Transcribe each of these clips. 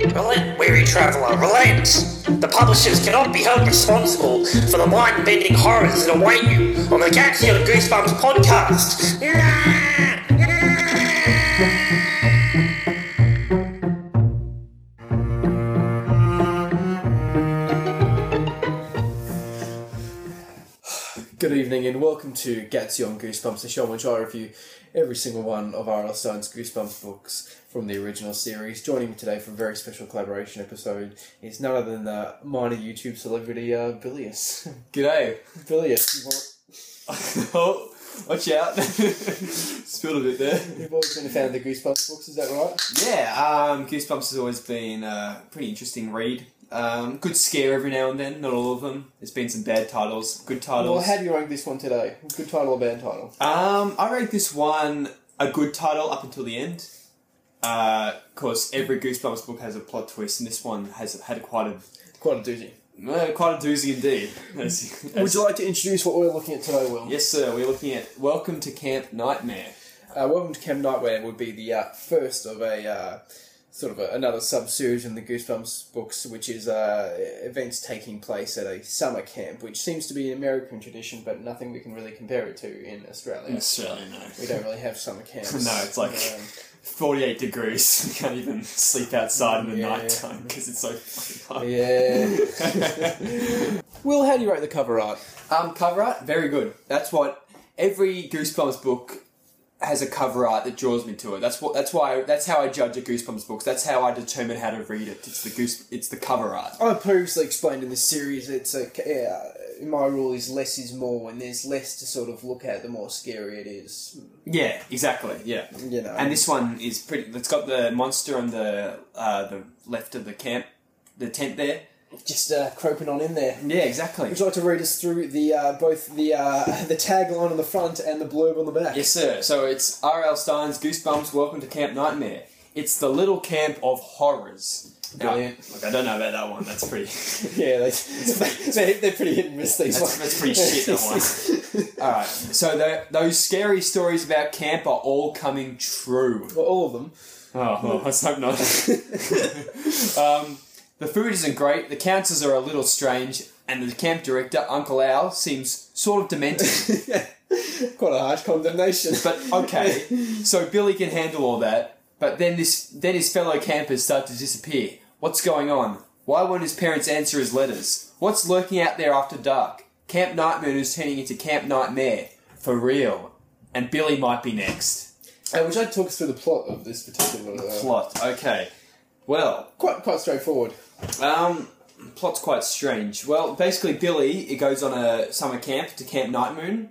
Relent, weary traveller, relent! The publishers cannot be held responsible for the mind bending horrors that await you on the Gatfield Goosebumps podcast! Good evening and welcome to Gets You on Goosebumps, the show in which I review every single one of R.L. Stein's Goosebumps books from the original series. Joining me today for a very special collaboration episode is none other than the minor YouTube celebrity uh, Bilius. G'day. Bilius, you've, al- oh, watch out. Spilled a bit there. you've always been a fan of the Goosebumps books, is that right? Yeah, um, Goosebumps has always been a pretty interesting read. Um, good scare every now and then, not all of them. There's been some bad titles, good Well, titles. how do you rank this one today? Good title or bad title? um, I rate this one a good title up until the end. Uh, of course, every Goosebumps book has a plot twist, and this one has had quite a Quite a doozy. uh, quite a doozy indeed. As- Would as- you like to introduce what we're looking at today, Will? yes, sir. We're looking at Welcome to Camp Nightmare. Uh, Welcome to Camp Nightmare would be the uh, first of a uh, sort of a, another sub-series in the Goosebumps books, which is uh, events taking place at a summer camp, which seems to be an American tradition, but nothing we can really compare it to in Australia. Australia, no. We don't really have summer camps. No, it's like- 48 degrees. You can't even sleep outside in the Yeah. night time because it's so fucking hot. Um, yeah. Will, how do you rate the cover art? Um, cover art, very good. That's what every Goosebumps book has a cover art that draws me to it. That's what. That's why. That's how I judge a Goosebumps book. That's how I determine how to read it. It's the goose. It's the cover art. I previously explained in this series, it's a yeah, my rule is less is more. When there's less to sort of look at, the more scary it is. Yeah, exactly. Yeah. You know. And this one is pretty. It's got the monster on the uh, the left of the camp, the tent there. just uh, croaking on in there. Yeah, exactly. Would you like to read us through the uh, both the uh, the tagline on the front and the blurb on the back? Yes, sir. So it's R.L. Stein's Goosebumps Welcome to Camp Nightmare. It's the little camp of horrors. Now, Brilliant. Ah, look, I don't know about that one. That's pretty. Yeah, they, they, they're pretty hit and miss. These ones. That's, that's pretty shit. That one. all right. So tho- those scary stories about camp are all coming true. Well, all of them. Oh, well, let's hope not. um, the food isn't great. The counters are a little strange, and the camp director, Uncle Al, seems sort of demented. Quite a harsh condemnation. But okay, so Billy can handle all that. But then this, then his fellow campers start to disappear. What's going on? Why won't his parents answer his letters? What's lurking out there after dark? Camp Nightmare is turning into Camp Nightmare for real, and Billy might be next. Uh, would you like to talk us through the plot of this particular uh, Plot. Okay. Well, Quite quite straightforward. Um, plot's quite strange. Well, basically, Billy it goes on a summer camp to Camp Night Moon.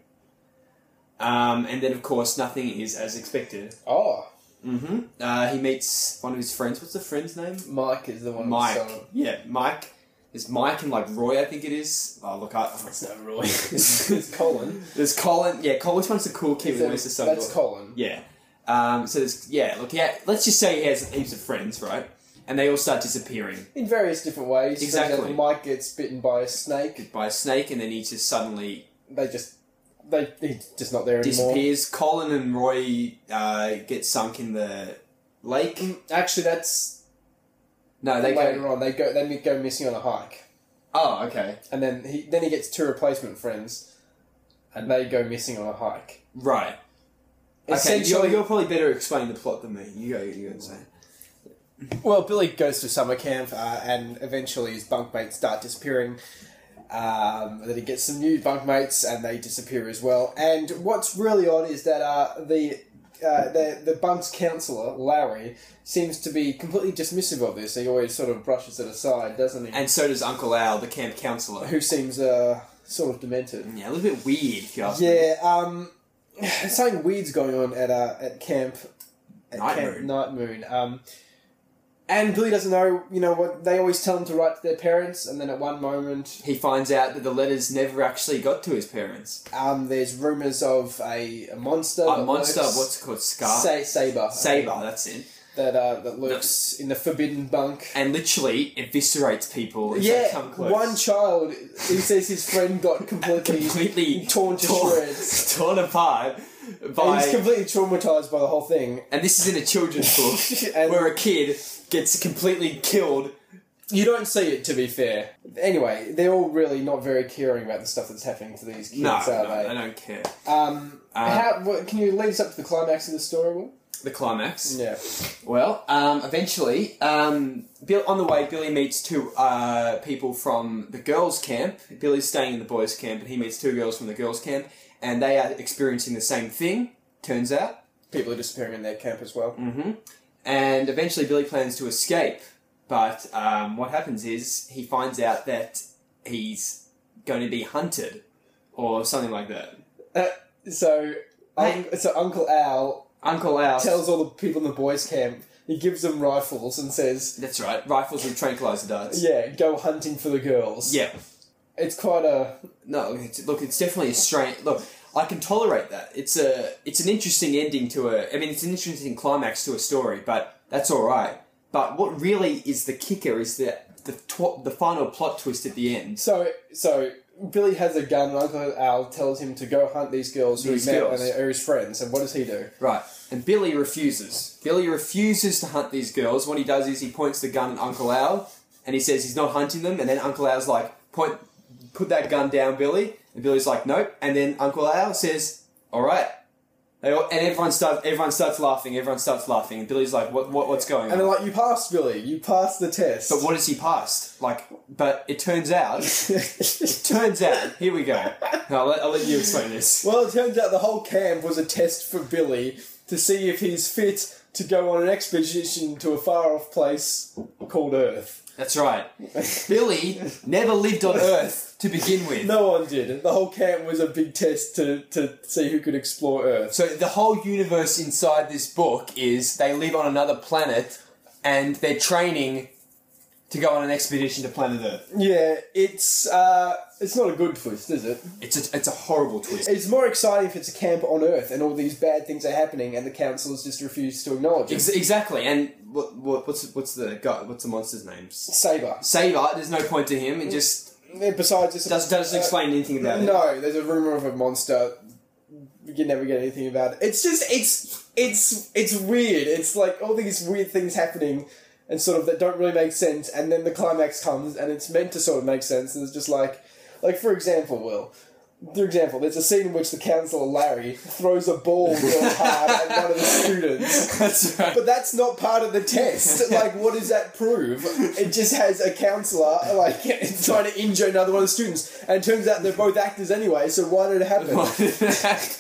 Um, and then, of course, nothing is as expected. Oh, Mm-hmm. Uh, he meets one of his friends. What's the friend's name? Mike is the one. who Mike. saw it. Yeah, Mike. There's Mike and like Roy, I think it is. Oh, look, I. It's not Roy. it's Colin. There's Colin. Yeah, Colin. Which one's the cool kid with most of uh, that's Colin. Yeah. Um, so there's yeah. Look, yeah. Let's just say he has heaps of friends, right? And they all start disappearing. In various different ways. For Exactly. example, Mike gets bitten by a snake. by a snake, and then he just suddenly They just they he's just not there anymore. disappears. Colin and Roy uh, get sunk in the Mm. lake. Actually, that's No, they later go. on. They go they go missing on a hike. Oh, okay. and then he then he gets two replacement friends, and they go missing on a hike. Right. Okay, you're, Essentially, you're probably better explaining the plot than me. You go. You go and say. well, Billy goes to summer camp, uh, and eventually his bunkmates start disappearing. Um, then he gets some new bunkmates, and they disappear as well. And what's really odd is that uh, the uh, the the bunks counselor Larry seems to be completely dismissive of this. He always sort of brushes it aside, doesn't he? And so does Uncle Al, the camp counselor. Who seems uh, sort of demented. Yeah, a little bit weird, if you ask me. Yeah, um, something weird's going on at uh, at camp. At Night camp Moon. Night Moon. Um, and Billy doesn't know. You know what? They always tell him to write to their parents, and then at one moment, He finds out that the letters never actually got to his parents. um, there's rumors of a, a monster. A that monster, lurks- what's it called? Scar? Sa- saber. Saber, that's it. That uh, that lurks in the forbidden bunk. And literally eviscerates people if they yeah, come close. one child. He says his friend got completely. completely Torn to shreds. torn apart by He's completely traumatized by the whole thing. and this is in a children's book And- where a kid gets completely killed. You don't see it, to be fair. Anyway, they're all really not very caring about the stuff that's happening to these kids, No, are no, they? I don't care. Um, Uh, how, what, can you lead us up to the climax of the story? Will? The climax. Yeah. Well, um, eventually, um, Bill, on the way, Billy meets two uh, people from the girls' camp. Billy's staying in the boys' camp, and he meets two girls from the girls' camp, and they are experiencing the same thing, turns out. Mm-hmm. People are disappearing in their camp as well. And eventually, Billy plans to escape. But um, what happens is he finds out that he's going to be hunted or something like that. So, un- so Uncle Al Uncle Al. tells all the people in the boys' camp, he gives them rifles and says, That's right, rifles with tranquilizer darts. yeah, go hunting for the girls. Yeah. It's quite a. No, it's, look, it's definitely a strange. Look, I can tolerate that. It's a, it's an interesting ending to a. I mean, it's an interesting climax to a story, but that's all right. But what really is the kicker is the the tw- the final plot twist at the end. So, so Billy has a gun, and Uncle Al tells him to go hunt these girls who These he met girls. and they're his friends. And what does he do? Right. And Billy refuses. Billy refuses to hunt these girls. What he does is he points the gun at Uncle Al and he says he's not hunting them. And then Uncle Al's like, point, put that gun down, Billy. And Billy's like, nope. And then Uncle Al says, all right. They all, and everyone starts, everyone starts laughing. Everyone starts laughing. And Billy's like, what, what, what's going And they're on? like, you passed, Billy. You passed the test. But what has he passed? Like, but it turns out, turns out, here we go. I'll let, I'll let you explain this. well, it turns out the whole camp was a test for Billy to see if he's fit to go on an expedition to a far off place called Earth. That's right. Billy never lived on Earth to begin with. No one did. The whole camp was a big test to, to see who could explore Earth. So the whole universe inside this book is they live on another planet and they're training to go on an expedition to planet Earth. Yeah, it's uh, it's not a good twist, is it? It's a, it's a horrible twist. It's more exciting if it's a camp on Earth and all these bad things are happening and the councils just refuse to acknowledge it. Ex- exactly. And what, what, what's what's the guy, what's the monster's name? S- Saber. Saber. There's no point to him. It just Besides, uh, this does, doesn't explain anything about it. No, there's a rumor of a monster. You can never get anything about it. It's just it's it's it's weird. It's like all these weird things happening and sort of that don't really make sense. And then the climax comes and it's meant to sort of make sense. And it's just like, like for example, Will. For example, there's a scene in which the councillor Larry throws a ball real hard at one of the students. That's right. But that's not part of the test. Like, what does that prove? It just has a counselor like trying to injure another one of the students, and it turns out they're both actors anyway. So why did it happen? it's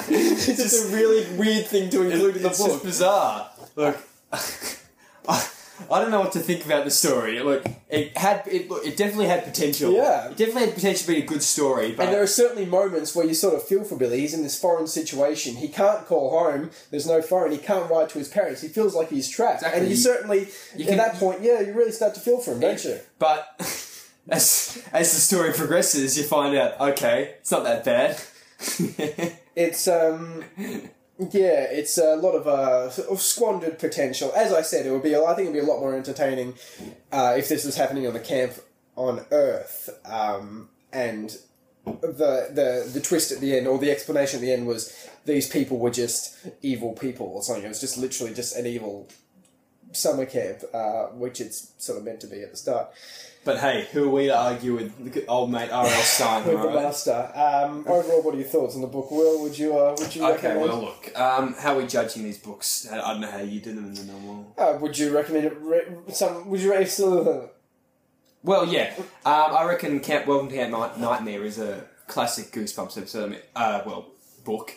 It's just a really weird thing to include in the it's just book. bizarre. Look, I, I don't know what to think about the story. Look, it had it, look, it definitely had potential. Yeah. it definitely had potential to be a good story. But And there are certainly moments where you sort of feel for Billy. He's in this foreign situation. He can't call home. There's no phone. He can't write to his parents. He feels like he's trapped. Exactly. And you You- certainly, at can- that point, yeah, you really start to feel for him, don't you? but as as the story progresses, you find out okay, it's not that bad. It's um, yeah, it's a lot of uh, sort of squandered potential. As I said, it would be. I think it'd be a lot more entertaining uh, if this was happening on the camp on Earth, um, and the the the twist at the end or the explanation at the end was these people were just evil people or something. It was just literally just an evil summer camp, uh, which it's sort of meant to be at the start. but hey, who are we to argue with the good old mate R.L. Stein? With the alright? master. Um, overall, what are your thoughts on the book? Will would you uh, would you Okay, recommend? well, look. Um, how are we judging these books? I, I don't know how you do them in the normal. Uh, would you recommend it? Re- some would you re- still, Well, yeah. Um, I reckon Camp Welcome to Camp Night- Nightmare is a classic Goosebumps episode. I mean, Uh, well, book.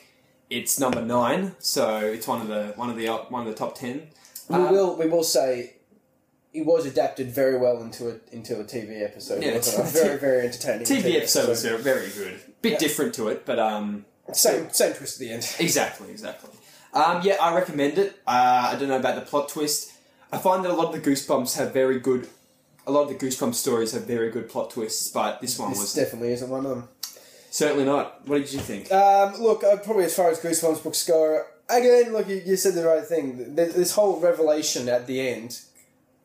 It's number nine, so it's one of the one of the up- one of the top ten. we Um, will we will say it was adapted very well into a into a TV episode. Yeah, wasn't it's- it? a very very entertaining TV episode was very, very good. Bit different to it, but um, Same same twist at the end. exactly, exactly. Um, yeah, I recommend it. Uh, I don't know about the plot twist. I find that a lot of the Goosebumps have very good. A lot of the Goosebumps stories have very good plot twists, but this one This was definitely isn't one of them. certainly not. What did you think? Um, look, uh, probably as far as Goosebumps books go, again, look, you, you said the right thing. Th- This whole revelation at the end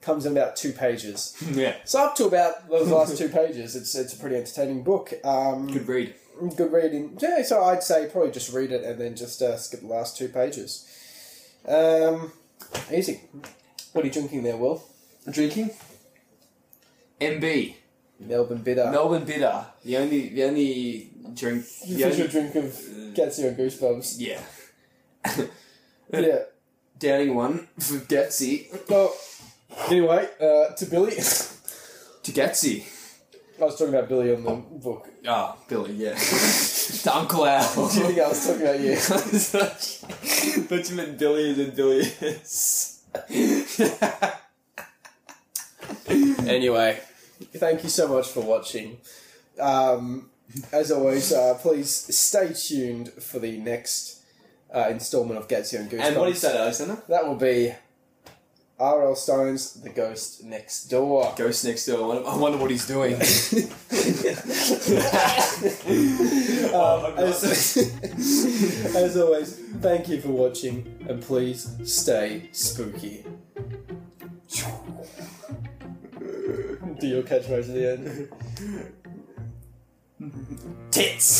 comes in about two pages. yeah, So up to about those last two pages, it's it's a pretty entertaining book. Um, good read. good reading. Yeah, so I'd say probably just read it and then just uh, skip the last two pages. Um, easy. What are you drinking there, Will? drinking? MB. Melbourne bitter. Melbourne Bitter. The only the only drink. the The official only, drink of Gatsby and Goosebumps. yeah. yeah. Downing one for Gatsy. Well, anyway, uh, to Billy. To Gatsy. I was talking about Billy on the book. Ah, Billy, yeah. to Uncle Al. Do you think I was talking about you? but you meant Billy and Billy is. Anyway, thank you so much for watching. Um, as always, uh, please stay tuned for the next uh, installment of Gatsby and Goosebumps. and what is that, Alexander? That will be R.L. Stone's The Ghost Next Door. Ghost next door. I wonder, I wonder what he's doing. As, as always, thank you for watching and please stay spooky. Do your catchphrase at the end. Tits.